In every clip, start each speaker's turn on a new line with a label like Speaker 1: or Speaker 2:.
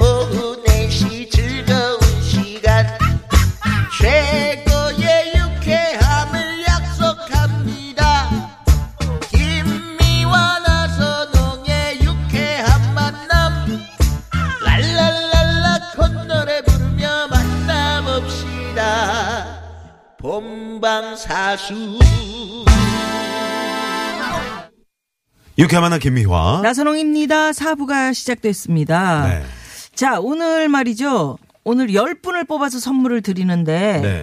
Speaker 1: 오후 4시 즐거운 시간 최고의 유쾌함을 약속합니다 김미와 나선홍의 유쾌한 만남 랄랄랄라 콧노래 부르며 만남없시다 본방사수
Speaker 2: 유쾌한 만남 김미화.
Speaker 3: 어? 나선홍입니다. 사부가 시작됐습니다.
Speaker 2: 네.
Speaker 3: 자, 오늘 말이죠. 오늘 10분을 뽑아서 선물을 드리는데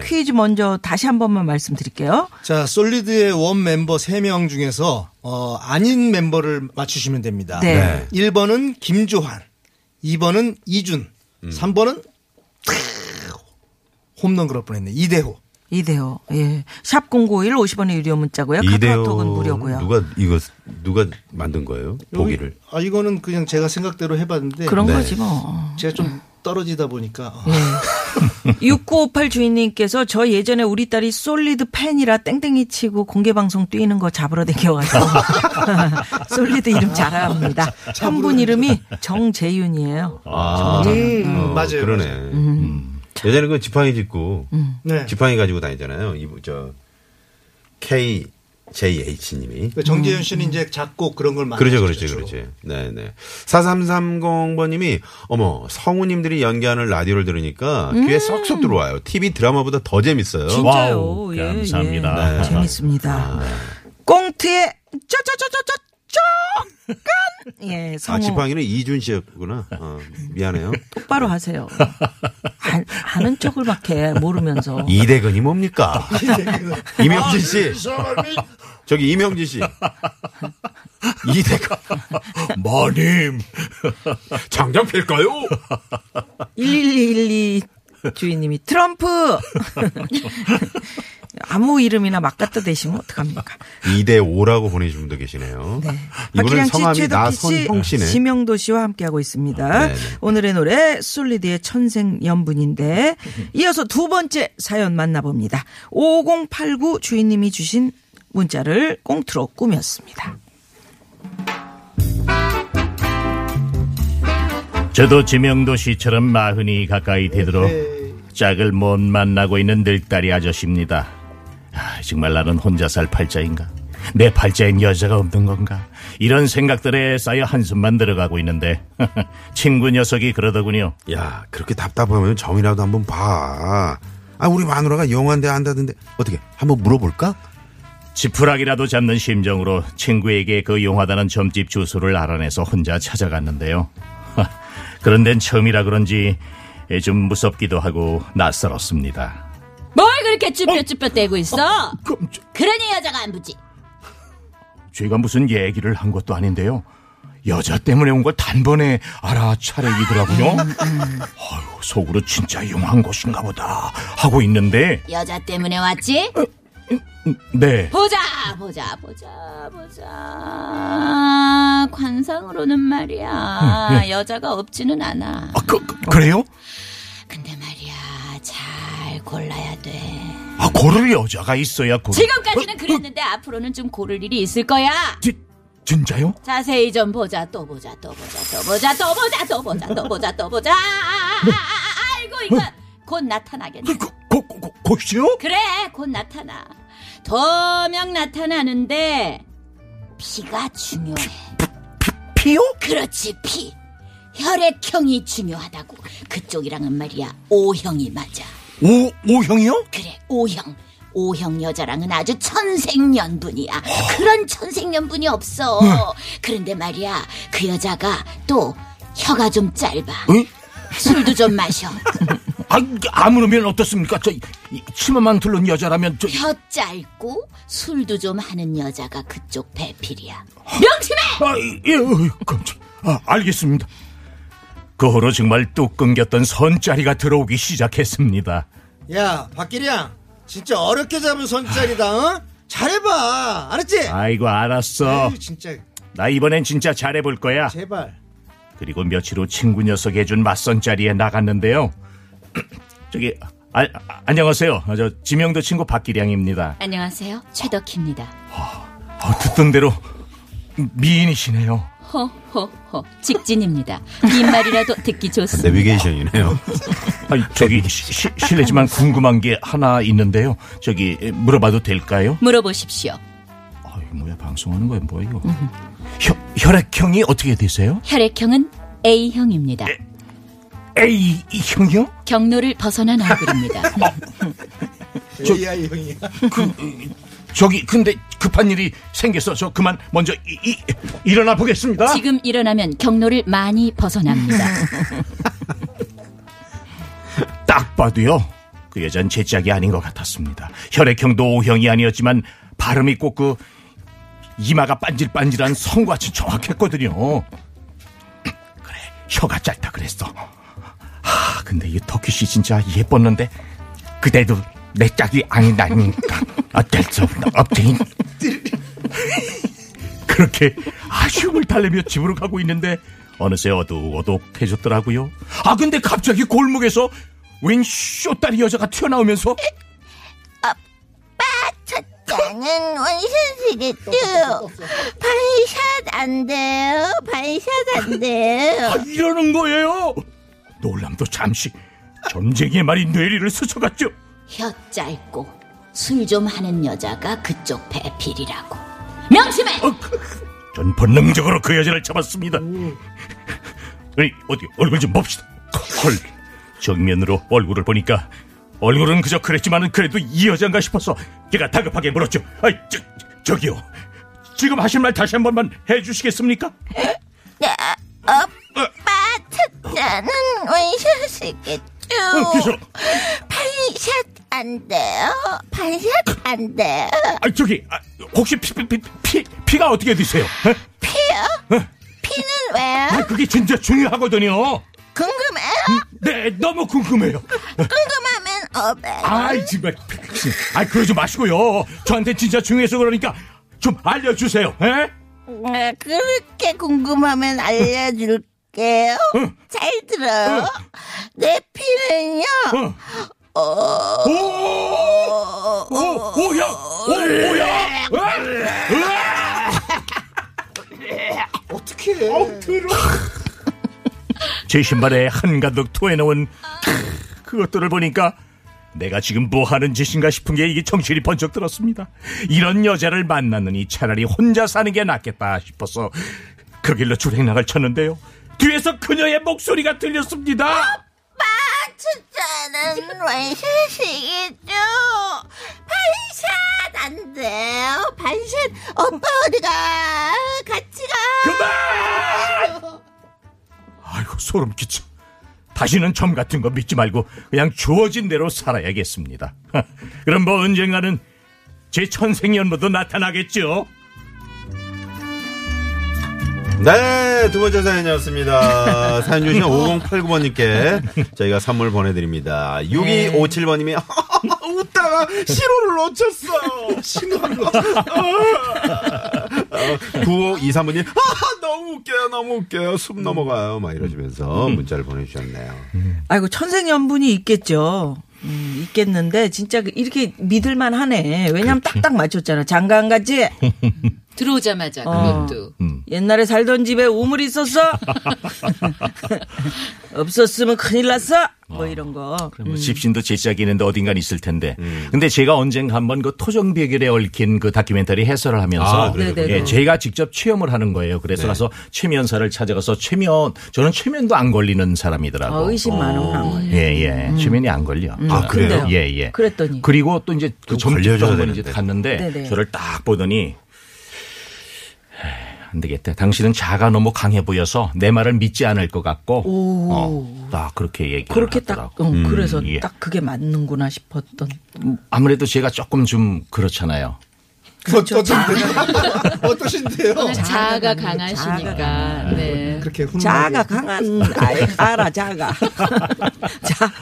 Speaker 2: 네.
Speaker 3: 퀴즈 먼저 다시 한 번만 말씀드릴게요.
Speaker 4: 자, 솔리드의 원 멤버 3명 중에서 어, 아닌 멤버를 맞추시면 됩니다.
Speaker 3: 네.
Speaker 2: 네.
Speaker 4: 1번은 김주환, 2번은 이준,
Speaker 2: 음.
Speaker 4: 3번은 홈런 그럴 뻔했네. 이대호.
Speaker 3: 이대호. 예. 샵 051, 50원의 유료 문자고요. 카카오톡은 무료고요.
Speaker 2: 누가 이거 누가 만든 거예요? 보기를.
Speaker 4: 아, 이거는 그냥 제가 생각대로 해봤는데
Speaker 3: 그런 음.
Speaker 2: 네.
Speaker 3: 거지 뭐.
Speaker 4: 제가 좀 떨어지다 보니까 어,
Speaker 3: 6958 주인님께서 저 예전에 우리 딸이 솔리드 팬이라 땡땡이 치고 공개방송 뛰는 거 잡으러 댕겨가서 솔리드 이름 잘 압니다. 현분 이름이 정재윤이에요.
Speaker 2: 아,
Speaker 4: 음, 맞아요.
Speaker 2: 그러네.
Speaker 4: 맞아요.
Speaker 2: 음. 예전에 그 지팡이 짚고
Speaker 3: 음.
Speaker 4: 네.
Speaker 2: 지팡이 가지고 다니잖아요. 이저 K J H 님이.
Speaker 4: 그러니까
Speaker 3: 음.
Speaker 4: 정재현 씨는 이제 작곡 아, 그런 걸 많이
Speaker 2: 그렇죠,
Speaker 4: 하시죠,
Speaker 2: 그렇죠, 그렇죠. 네, 네. 4330번님이, 어머, 성우님들이 연기하는 라디오를 들으니까 귀에 쏙쏙 들어와요. TV 드라마보다 더 재밌어요.
Speaker 3: 음. 진짜요.
Speaker 5: 와우,
Speaker 3: 예,
Speaker 5: 감사합니다.
Speaker 2: 네.
Speaker 3: 예. 재밌습니다.
Speaker 2: 아,
Speaker 3: 꽁트의 쪼쪼쪼쪼쪼 쪼끈 예,
Speaker 2: 아,
Speaker 3: 성우
Speaker 2: 지팡이는 이준 씨였구나. 어, 미안해요.
Speaker 3: 똑바로 하세요. 아, 아는 쪽을 막해 모르면서
Speaker 2: 이대근이 뭡니까? 이명진 씨. 저기 이명진 씨. 이대근.
Speaker 5: 마님.
Speaker 2: 장장필까요?
Speaker 3: 11212 주인님이 트럼프 아무 이름이나 막 갖다 대시면 어떡합니까?
Speaker 2: 2대5라고 보내주신 분도 계시네요.
Speaker 3: 네.
Speaker 2: 이분은
Speaker 3: 박기량
Speaker 2: 성함이
Speaker 3: 씨, 어,
Speaker 2: 나선형
Speaker 3: 최덕기 씨,
Speaker 2: 씨네.
Speaker 3: 심영도 씨와 함께하고 있습니다.
Speaker 2: 네, 네.
Speaker 3: 오늘의 노래 솔리드의 천생연분인데 이어서 두 번째 사연 만나봅니다. 5089 주인님이 주신 문자를 꽁트로 꾸몄습니다.
Speaker 5: 저도 지명도 씨처럼 마흔이 가까이 되도록 짝을 못 만나고 있는 늙다리 아저씨입니다. 아, 정말 나는 혼자 살 팔자인가? 내 팔자엔 여자가 없는 건가? 이런 생각들에 쌓여 한숨만 들어가고 있는데 친구 녀석이 그러더군요.
Speaker 2: 야, 그렇게 답답하면 점이라도 한번 봐. 아, 우리 마누라가 영화인데 안다던데. 어떻게, 한번 물어볼까?
Speaker 5: 지푸라기라도 잡는 심정으로 친구에게 그 용하다는 점집 주소를 알아내서 혼자 찾아갔는데요. 그런 데는 처음이라 그런지 좀 무섭기도 하고 낯설었습니다.
Speaker 6: 뭘 그렇게 쭈뼛쭈뼛대고 있어? 그러니 여자가 안 붙지.
Speaker 5: 제가 무슨 얘기를 한 것도 아닌데요. 여자 때문에 온 걸 단번에 알아차리더라고요. 아유, 속으로 진짜 용한 곳인가 보다 하고 있는데,
Speaker 6: 여자 때문에 왔지?
Speaker 5: 네.
Speaker 6: 보자, 보자, 보자, 보자. 관상으로는 말이야. 여자가 없지는 않아.
Speaker 5: 아, 그, 그- 그래요?
Speaker 6: 근데 말이야, 잘 골라야 돼.
Speaker 5: 아, 고를 여자가 있어야 고를.
Speaker 6: 지금까지는 그랬는데 앞으로는 좀 고를 일이 있을 거야.
Speaker 5: 지- 진짜요?
Speaker 6: 자세히 좀 보자, 또 보자, 또 보자, 또 보자, 또 보자, 또 보자, 또 보자, 또 보자. 아, 아, 아, 아, 알고 이건 곧 나타나겠네.
Speaker 5: 그, 고, 고, 고, 고시요?
Speaker 6: 그래 곧 나타나 도명 나타나는데 피가 중요해
Speaker 5: 피요?
Speaker 6: 그렇지 피 혈액형이 중요하다고 그쪽이랑은 말이야 O형이 맞아
Speaker 5: 오, 오형이요?
Speaker 6: 그래 O형 O형 여자랑은 아주 천생연분이야 그런 천생연분이 없어 그런데 말이야 그 여자가 또 혀가 좀 짧아
Speaker 5: 응?
Speaker 6: 술도 좀 마셔
Speaker 5: 아, 아무르면 어떻습니까? 저, 이- 이 치마만 둘른 여자라면, 저,
Speaker 6: 혀 짧고 술도 좀 하는 여자가 그쪽 배필이야 명심해
Speaker 5: 아, 예, 어이, 깜짝. 아, 알겠습니다. 그 후로 정말 뚝 끊겼던 선자리가 들어오기 시작했습니다.
Speaker 4: 야, 박기량. 진짜 어렵게 잡은 선짜리다. 어? 잘해봐. 알았지?
Speaker 5: 아이고, 알았어.
Speaker 4: 에이, 진짜
Speaker 5: 나 이번엔 진짜 잘해볼 거야.
Speaker 4: 제발.
Speaker 5: 그리고 며칠 후 친구 녀석이 해준 맞선 자리에 나갔는데요. 저기, 아, 아, 안녕하세요. 아, 저 지명도 친구 박기량입니다.
Speaker 6: 안녕하세요. 최덕희입니다.
Speaker 5: 어, 듣던 대로 미인이시네요.
Speaker 6: 허허허. 직진입니다. 네 빈말이라도 듣기 좋습니다.
Speaker 2: 내비게이션이네요.
Speaker 5: 아, 저기 시- 시- 실례지만 궁금한 게 하나 있는데요. 저기 에, 물어봐도 될까요?
Speaker 6: 물어보십시오.
Speaker 5: 아, 이 뭐야 방송하는 거야 뭐야 이거? 혈, 혈액형이 어떻게 되세요?
Speaker 6: 혈액형은 A형입니다.
Speaker 5: A 형이요?
Speaker 6: 경로를 벗어난 얼굴입니다.
Speaker 4: AI 형이야.
Speaker 5: 그, 어, 저기 근데 급한 일이 생겨서 저 그만 먼저 이, 이- 일어나 보겠습니다.
Speaker 6: 지금 일어나면 경로를 많이 벗어납니다.
Speaker 5: 딱 봐도요. 그 여잔 제 짝이 아닌 것 같았습니다. 혈액형도 O형이 아니었지만 발음이 꼭 그 이마가 반질반질한 성같이 정확했거든요. 그래, 혀가 짧다 그랬어. 하, 근데 이 터키 씨 진짜 예뻤는데 그대도 내 짝이 아니다니까 어쩔 수 없나 없지. 그렇게 아쉬움을 달래며 집으로 가고 있는데 어느새 어둑어둑해졌더라고요. 아 근데 갑자기 골목에서 웬 쇼다리 여자가 튀어나오면서
Speaker 7: 나는 원샷이겠죠. 반샷 안 돼요. 반샷 안 돼요.
Speaker 5: 아, 이러는 거예요. 놀람도 잠시 점쟁이의 말이 뇌리를 스쳐갔죠.
Speaker 6: 혀 짧고 술 좀 하는 여자가 그쪽 배필이라고. 명심해!
Speaker 5: 전 본능적으로 그 여자를 잡았습니다. 아니, 어디 얼굴 좀 봅시다. 헐, 정면으로 얼굴을 보니까 얼굴은 그저 그랬지만은 그래도 이 여잔가 싶어서 제가 다급하게 물었죠. 아이, 저, 저기요. 지금 하신 말 다시 한 번만 해주시겠습니까? 어,
Speaker 7: 나는
Speaker 5: 어,
Speaker 7: 원샷이겠죠.
Speaker 5: 계셔.
Speaker 7: 반샷 안 돼요. 반샷 안 돼요.
Speaker 5: 아, 저기, 아, 혹시 피, 피, 피, 피, 피가 어떻게 되세요? 에?
Speaker 7: 피는 왜요?
Speaker 5: 아, 그게 진짜 중요하거든요.
Speaker 7: 궁금해요?
Speaker 5: 네, 너무 궁금해요.
Speaker 7: 궁금하면 어배.
Speaker 5: 아이 정말 아이 그러지 마시고요 저한테 진짜 중요해서 그러니까 좀 알려주세요 예? 에?
Speaker 7: 아, 그렇게 궁금하면 알려줄게요. 잘 들어요. 내 피는요.
Speaker 5: 어. 오! 오! 어, 오야! 오, 오야! 어?
Speaker 4: 어? 어떻게?
Speaker 5: 제 신발에 한가득 토해놓은 그것들을 보니까 내가 지금 뭐 하는 짓인가 싶은 게 이게 정신이 번쩍 들었습니다. 이런 여자를 만났느니 차라리 혼자 사는 게 낫겠다 싶어서 그 길로 출행락을 쳤는데요. 뒤에서 그녀의 목소리가 들렸습니다.
Speaker 7: 추천은 원샷이겠죠. 반샷 안 돼요. 반샷 오빠 어디가? 같이 가.
Speaker 5: 그만! 아이고 소름 끼쳐. 다시는 점 같은 거 믿지 말고 그냥 주어진 대로 살아야겠습니다. 그럼 뭐 언젠가는 제 천생연분도 나타나겠죠.
Speaker 2: 네, 두 번째 사연이었습니다. 사연 주신 5089번님께 저희가 선물 보내드립니다. 6257번님이 웃다가 신호를 놓쳤어. 신호를 놓쳤어. 9523번님, 너무 웃겨요, 너무 웃겨요. 숨 넘어가요. 막 이러시면서 문자를 보내주셨네요.
Speaker 3: 아이고 천생연분이 있겠죠. 음, 있겠는데 진짜 그- 이렇게 믿을만 하네. 왜냐면 딱딱 맞췄잖아. 장가안 갔지?
Speaker 2: 음,
Speaker 6: 들어오자마자
Speaker 3: 어.
Speaker 6: 그것도.
Speaker 3: 옛날에 살던 집에 우물 있었어? 없었으면 큰일 났어? 뭐 이런 거.
Speaker 5: 뭐 집신도 제작이 있는데 어딘가 있을 텐데.
Speaker 2: 음.
Speaker 5: 근데 제가 언젠가 한번 그 토종 비결에 얽힌 그 다큐멘터리 해설을 하면서
Speaker 2: 아, 네.
Speaker 3: 그래요? 네네네.
Speaker 5: 예, 제가 직접 체험을 하는 거예요. 그래서 가서 최면사를 찾아가서 최면 저는 최면도 안 걸리는 사람이더라고.
Speaker 3: 어, 의심 많으구나.
Speaker 5: 예, 예.
Speaker 3: 음.
Speaker 5: 최면이 안 걸려.
Speaker 2: 아, 그래요?
Speaker 3: 근데요?
Speaker 5: 예, 예.
Speaker 3: 그랬더니.
Speaker 5: 그리고 또 이제 그
Speaker 2: 그거
Speaker 5: 점집도
Speaker 2: 걸려줘야
Speaker 5: 한번 이제
Speaker 2: 되는데.
Speaker 5: 갔는데
Speaker 3: 네네.
Speaker 5: 저를 딱 보더니 에이, 안 되겠다. 당신은 자가 너무 강해 보여서 내 말을 믿지 않을 것 같고 어, 딱 그렇게 얘기를
Speaker 3: 그렇게
Speaker 5: 하더라고.
Speaker 3: 딱, 어, 그래서
Speaker 5: 예.
Speaker 3: 딱 그게 맞는구나 싶었던.
Speaker 5: 아무래도 제가 조금 좀 그렇잖아요.
Speaker 3: 그렇죠.
Speaker 4: 어떠신데요? 어떠신데요?
Speaker 6: 자아가 강하시니까. 네.
Speaker 4: 그렇게 훈훈하게.
Speaker 3: 자가 강한, 아이, 알아, 자가. 자.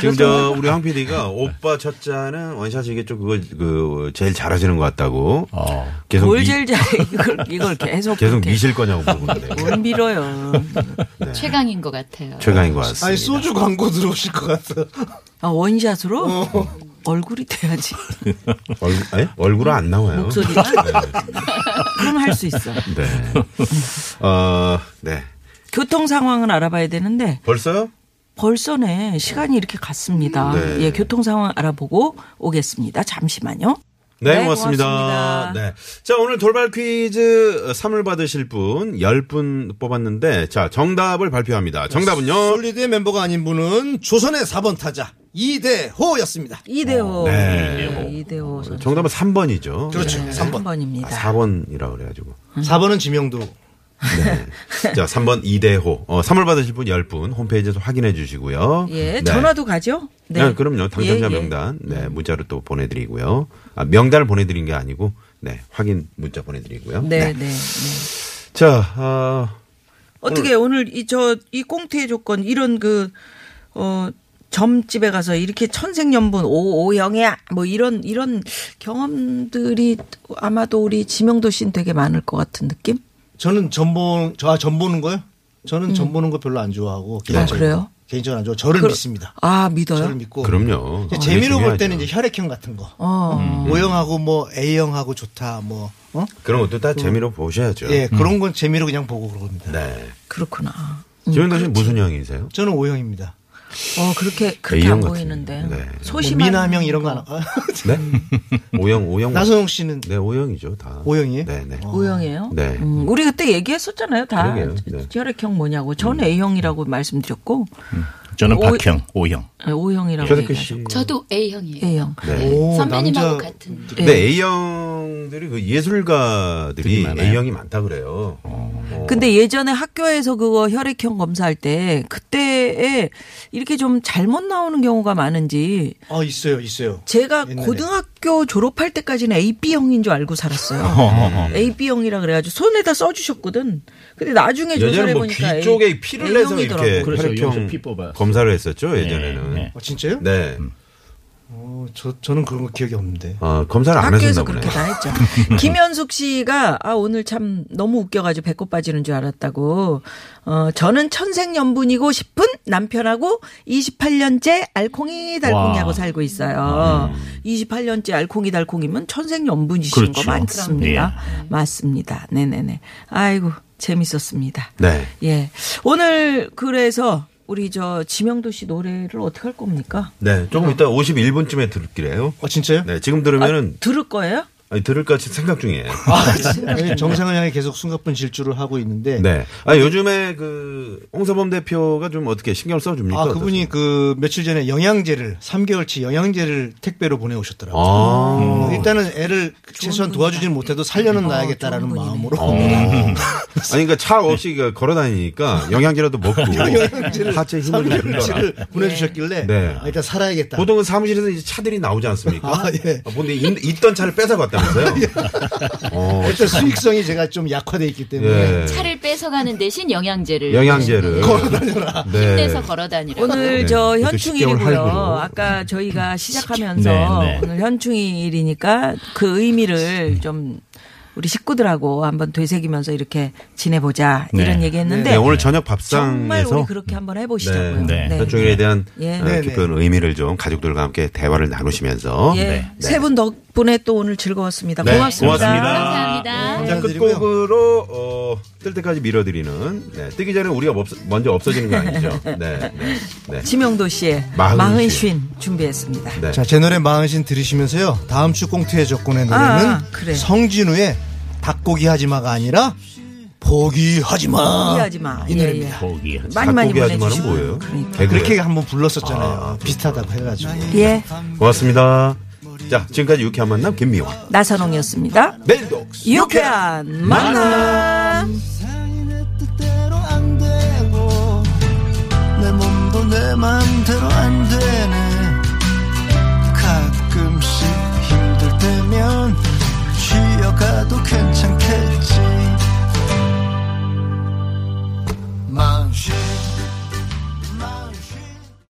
Speaker 2: 지금 저 우리 황 PD가 오빠 첫 잔은 원샷이겠죠. 그거 그 제일 잘하시는 것 같다고.
Speaker 5: 어.
Speaker 2: 계속
Speaker 3: 뭘
Speaker 2: 미-
Speaker 3: 제일 잘, 이걸, 이걸 계속.
Speaker 2: 계속
Speaker 3: 그렇게.
Speaker 2: 미실 거냐고 물어보는데
Speaker 3: 뭘 밀어요.
Speaker 6: 최강인 것 같아요.
Speaker 2: 최강인 것 같습니다.
Speaker 4: 아니 소주 광고 들어오실 것 같아.
Speaker 3: 아, 원샷으로 얼굴이 돼야지.
Speaker 2: 얼굴, 에? 아, 얼굴은 안 나와요.
Speaker 3: 목소리가? 그럼 할 수 있어.
Speaker 2: 네. 어, 네.
Speaker 3: 교통 상황을 알아봐야 되는데
Speaker 2: 벌써요?
Speaker 3: 벌써네 시간이 이렇게 갔습니다.
Speaker 2: 네.
Speaker 3: 예, 교통 상황 알아보고 오겠습니다. 잠시만요.
Speaker 2: 네,
Speaker 3: 네,
Speaker 2: 고맙습니다.
Speaker 3: 고맙습니다.
Speaker 2: 네. 자, 오늘 돌발 퀴즈 선물 받으실 분 10분 뽑았는데, 자, 정답을 발표합니다. 정답은요?
Speaker 4: 솔리드의 멤버가 아닌 분은 조선의 4번 타자 이대호였습니다.
Speaker 3: 이대호.
Speaker 2: 네.
Speaker 3: 예, 이대호 선수.
Speaker 2: 정답은 3번이죠. 네. 아,
Speaker 4: 그렇죠. 삼 3번.
Speaker 3: 3번입니다.
Speaker 2: 4번이라고 그래가지고.
Speaker 3: 음.
Speaker 4: 4번은 지명도.
Speaker 2: 네. 자, 3번 이대호. 어, 선물 받으실 분 10분 홈페이지에서 확인해 주시고요.
Speaker 3: 예,
Speaker 2: 네.
Speaker 3: 전화도 가죠?
Speaker 2: 네. 그럼요. 당첨자
Speaker 3: 예, 예.
Speaker 2: 명단. 네, 문자로 또 보내드리고요. 아, 명단을 보내드린 게 아니고, 네, 확인 문자 보내드리고요.
Speaker 3: 네, 네. 네.
Speaker 2: 자, 아,
Speaker 3: 어떻게 오늘 이 저 이 꽁트의 조건 이런 그 어 점집에 가서 이렇게 천생연분 오오영이야 뭐 이런 이런 경험들이 아마도 우리 지명도 씨는 되게 많을 것 같은 느낌?
Speaker 4: 저는 전보 저전 보는 거요? 저는 전 보는 거 별로 안 좋아하고 개인적으로
Speaker 3: 음. 그래요?
Speaker 4: 개인적으로 안 좋아. 저를 믿습니다.
Speaker 3: 아 믿어요?
Speaker 4: 저를 믿고
Speaker 2: 그럼요.
Speaker 4: 이제 재미로
Speaker 2: 그게
Speaker 4: 볼 때는
Speaker 2: 중요하죠.
Speaker 4: 이제 혈액형 같은 거.
Speaker 3: 어.
Speaker 4: O형하고 뭐 A형하고 좋다 뭐 어?
Speaker 2: 그런 것도 다 재미로 보셔야죠.
Speaker 4: 예, 그런 건 재미로 그냥 보고 그럽니다.
Speaker 2: 네.
Speaker 3: 그렇구나.
Speaker 4: 음,
Speaker 2: 지명도
Speaker 4: 그렇죠.
Speaker 2: 씨는 무슨 형이세요?
Speaker 4: 저는 O형입니다.
Speaker 3: 어 그렇게 그렇게
Speaker 2: A형
Speaker 3: 안
Speaker 2: 같은,
Speaker 3: 보이는데
Speaker 2: 네.
Speaker 4: 뭐
Speaker 3: 소심
Speaker 4: 미남형 이런 거 안.
Speaker 3: 어.
Speaker 4: 아,
Speaker 2: 네? 오형, 오형.
Speaker 4: 나선홍 씨는
Speaker 2: 네, 오형이죠, 다.
Speaker 4: O형이에요? 어.
Speaker 2: 네네.
Speaker 3: O형이에요?
Speaker 2: 네.
Speaker 3: 어, 음, 우리 그때 얘기했었잖아요. 다
Speaker 2: 그러게요. 네. 음.
Speaker 3: 혈액형 뭐냐고. 저는 A형이라고 말씀드렸고
Speaker 5: 저는
Speaker 3: 오-
Speaker 5: 박형, 오형.
Speaker 3: O형이라고
Speaker 2: 최덕기
Speaker 3: 예, 얘기하죠.
Speaker 2: 씨.
Speaker 6: 저도 A형이에요.
Speaker 3: A형.
Speaker 2: 네.
Speaker 4: 네. 오, 예.
Speaker 6: 선배님하고
Speaker 4: 남자
Speaker 6: 같은.
Speaker 3: 예.
Speaker 2: 근데 A형들이 그 예술가들이
Speaker 5: 많아요?
Speaker 2: A형이 많다 그래요.
Speaker 4: 어,
Speaker 3: 근데 예전에 학교에서 그거 혈액형 검사할 때 그때에 이렇게 좀 잘못 나오는 경우가 많은지
Speaker 4: 아 있어요, 있어요.
Speaker 3: 제가
Speaker 4: 옛날에.
Speaker 3: 고등학교 졸업할 때까지는 AB형인 줄 알고 살았어요.
Speaker 5: 음.
Speaker 3: AB형이라 그래가지고 손에다 써주셨거든. 근데 나중에
Speaker 2: 예전에
Speaker 3: 조사해
Speaker 2: 뭐
Speaker 3: 보니까
Speaker 2: 귀 쪽에 피를 내서 이렇게 네,
Speaker 5: 그렇죠.
Speaker 2: 혈액형
Speaker 5: 여기서 피 뽑아요.
Speaker 2: 검사를 했었죠 예전에는.
Speaker 5: 네,
Speaker 2: 네.
Speaker 4: 아, 진짜요? 어, 저 저는 그런 거 기억이 없는데.
Speaker 2: 어, 검사를 안
Speaker 3: 학교에서
Speaker 2: 하셨나 보네.
Speaker 3: 그렇게 다 했죠. 김현숙 씨가 아 오늘 참 너무 웃겨가지고 배꼽 빠지는 줄 알았다고. 어 저는 천생연분이고 싶은 남편하고 28년째 알콩이 달콩이하고
Speaker 5: 와.
Speaker 3: 살고 있어요. 28년째 알콩이 달콩이면 천생연분이신
Speaker 5: 그렇죠.
Speaker 3: 거 많습니다. 맞습니다. 네네네. 아이고 재밌었습니다.
Speaker 2: 네.
Speaker 3: 예 오늘 그래서 우리 저 지명도 씨 노래를 어떻게 할 겁니까?
Speaker 2: 네. 조금 이따 51분쯤에 들을기래요.
Speaker 4: 아 진짜요?
Speaker 2: 네. 지금 들으면은
Speaker 3: 들을 거예요?
Speaker 2: 아니, 들을까 지금 생각 중이에요.
Speaker 4: 네, 정상을 향해 계속 숨가쁜 질주를 하고 있는데.
Speaker 2: 아, 네. 아 요즘에 그 홍서범 대표가 좀 어떻게 신경 을 써줍니까?
Speaker 4: 아 그분이
Speaker 2: 어떠세요?
Speaker 4: 그 며칠 전에 영양제를 3개월치 영양제를 택배로 보내오셨더라고요. 어,
Speaker 2: 아.
Speaker 4: 음, 일단은 애를 최소한 도와주지는 못해도 살려는 놔야겠다라는
Speaker 3: 좋은 분이네.
Speaker 4: 마음으로
Speaker 2: 아니 그러니까 차 없이 그 걸어 다니니까 영양제라도 먹고
Speaker 4: 영양제를
Speaker 2: 하체 힘을 내라.
Speaker 4: 삼겹살을 보내주셨길래
Speaker 2: 네.
Speaker 4: 아, 일단 살아야겠다.
Speaker 2: 보통은 사무실에서 이제 차들이 나오지 않습니까?
Speaker 4: 아, 예.
Speaker 2: 아, 근데 있, 있던 차를 뺏어갔다면서요? 어,
Speaker 4: 일단 수익성이 제가 좀 약화돼 있기 때문에
Speaker 2: 예.
Speaker 6: 차를 뺏어가는 대신 네. 영양제를.
Speaker 2: 영양제를 걸어다녀라. 네.
Speaker 6: 힘내서 걸어 다니라.
Speaker 3: 오늘
Speaker 2: 네.
Speaker 3: 저
Speaker 2: 그것도
Speaker 3: 현충일이고요.
Speaker 2: 10개월 할부로. 음.
Speaker 3: 아까 저희가 시작하면서
Speaker 5: 네, 네.
Speaker 3: 오늘 현충일이니까 그 의미를 좀 우리 식구들하고 한번 되새기면서 이렇게 지내보자
Speaker 5: 네.
Speaker 3: 이런 얘기했는데
Speaker 2: 네, 오늘 저녁
Speaker 3: 정말 우리
Speaker 2: 밥상에서
Speaker 3: 그렇게 한번 해보시자고요.
Speaker 5: 네, 네.
Speaker 2: 현충일에 대한
Speaker 3: 예.
Speaker 2: 어,
Speaker 4: 네,
Speaker 2: 깊은 의미를 좀 가족들과 함께 대화를 나누시면서
Speaker 3: 예.
Speaker 5: 네.
Speaker 3: 세 분 덕분에 또 오늘 즐거웠습니다.
Speaker 2: 네,
Speaker 3: 고맙습니다.
Speaker 2: 고맙습니다.
Speaker 6: 감사합니다.
Speaker 3: 네.
Speaker 2: 자, 끝곡으로 어, 뜰 때까지 밀어드리는 네, 뜨기 전에 우리가 없- 먼저 없어지는 거 아니죠? 네, 네, 네.
Speaker 3: 지명도 씨의
Speaker 2: 마흔쉰.
Speaker 3: 마흔쉰 준비했습니다.
Speaker 2: 네.
Speaker 4: 자 제 노래 마흔신 들으시면서요 다음 주 꽁트의 조건의 노래는
Speaker 3: 아, 그래.
Speaker 4: 성진우의 닭고기 하지마가 아니라 포기 하지마
Speaker 3: 포기하지 마.
Speaker 4: 이
Speaker 3: 예,
Speaker 4: 노래입니다.
Speaker 2: 뭐
Speaker 3: 예.
Speaker 5: 네, 거기
Speaker 3: 많이 많이
Speaker 2: 닭고기 하지마는
Speaker 3: 보내주시고.
Speaker 2: 뭐예요?
Speaker 3: 그러니까.
Speaker 2: 개그예요?
Speaker 4: 그렇게 한번 불렀었잖아요 비슷하다고 해가지고
Speaker 3: 예,
Speaker 2: 고맙습니다. 자, 지금까지 유쾌한 만남 김미화.
Speaker 3: 나선홍이었습니다.
Speaker 2: 내일도
Speaker 3: 유쾌한 만남.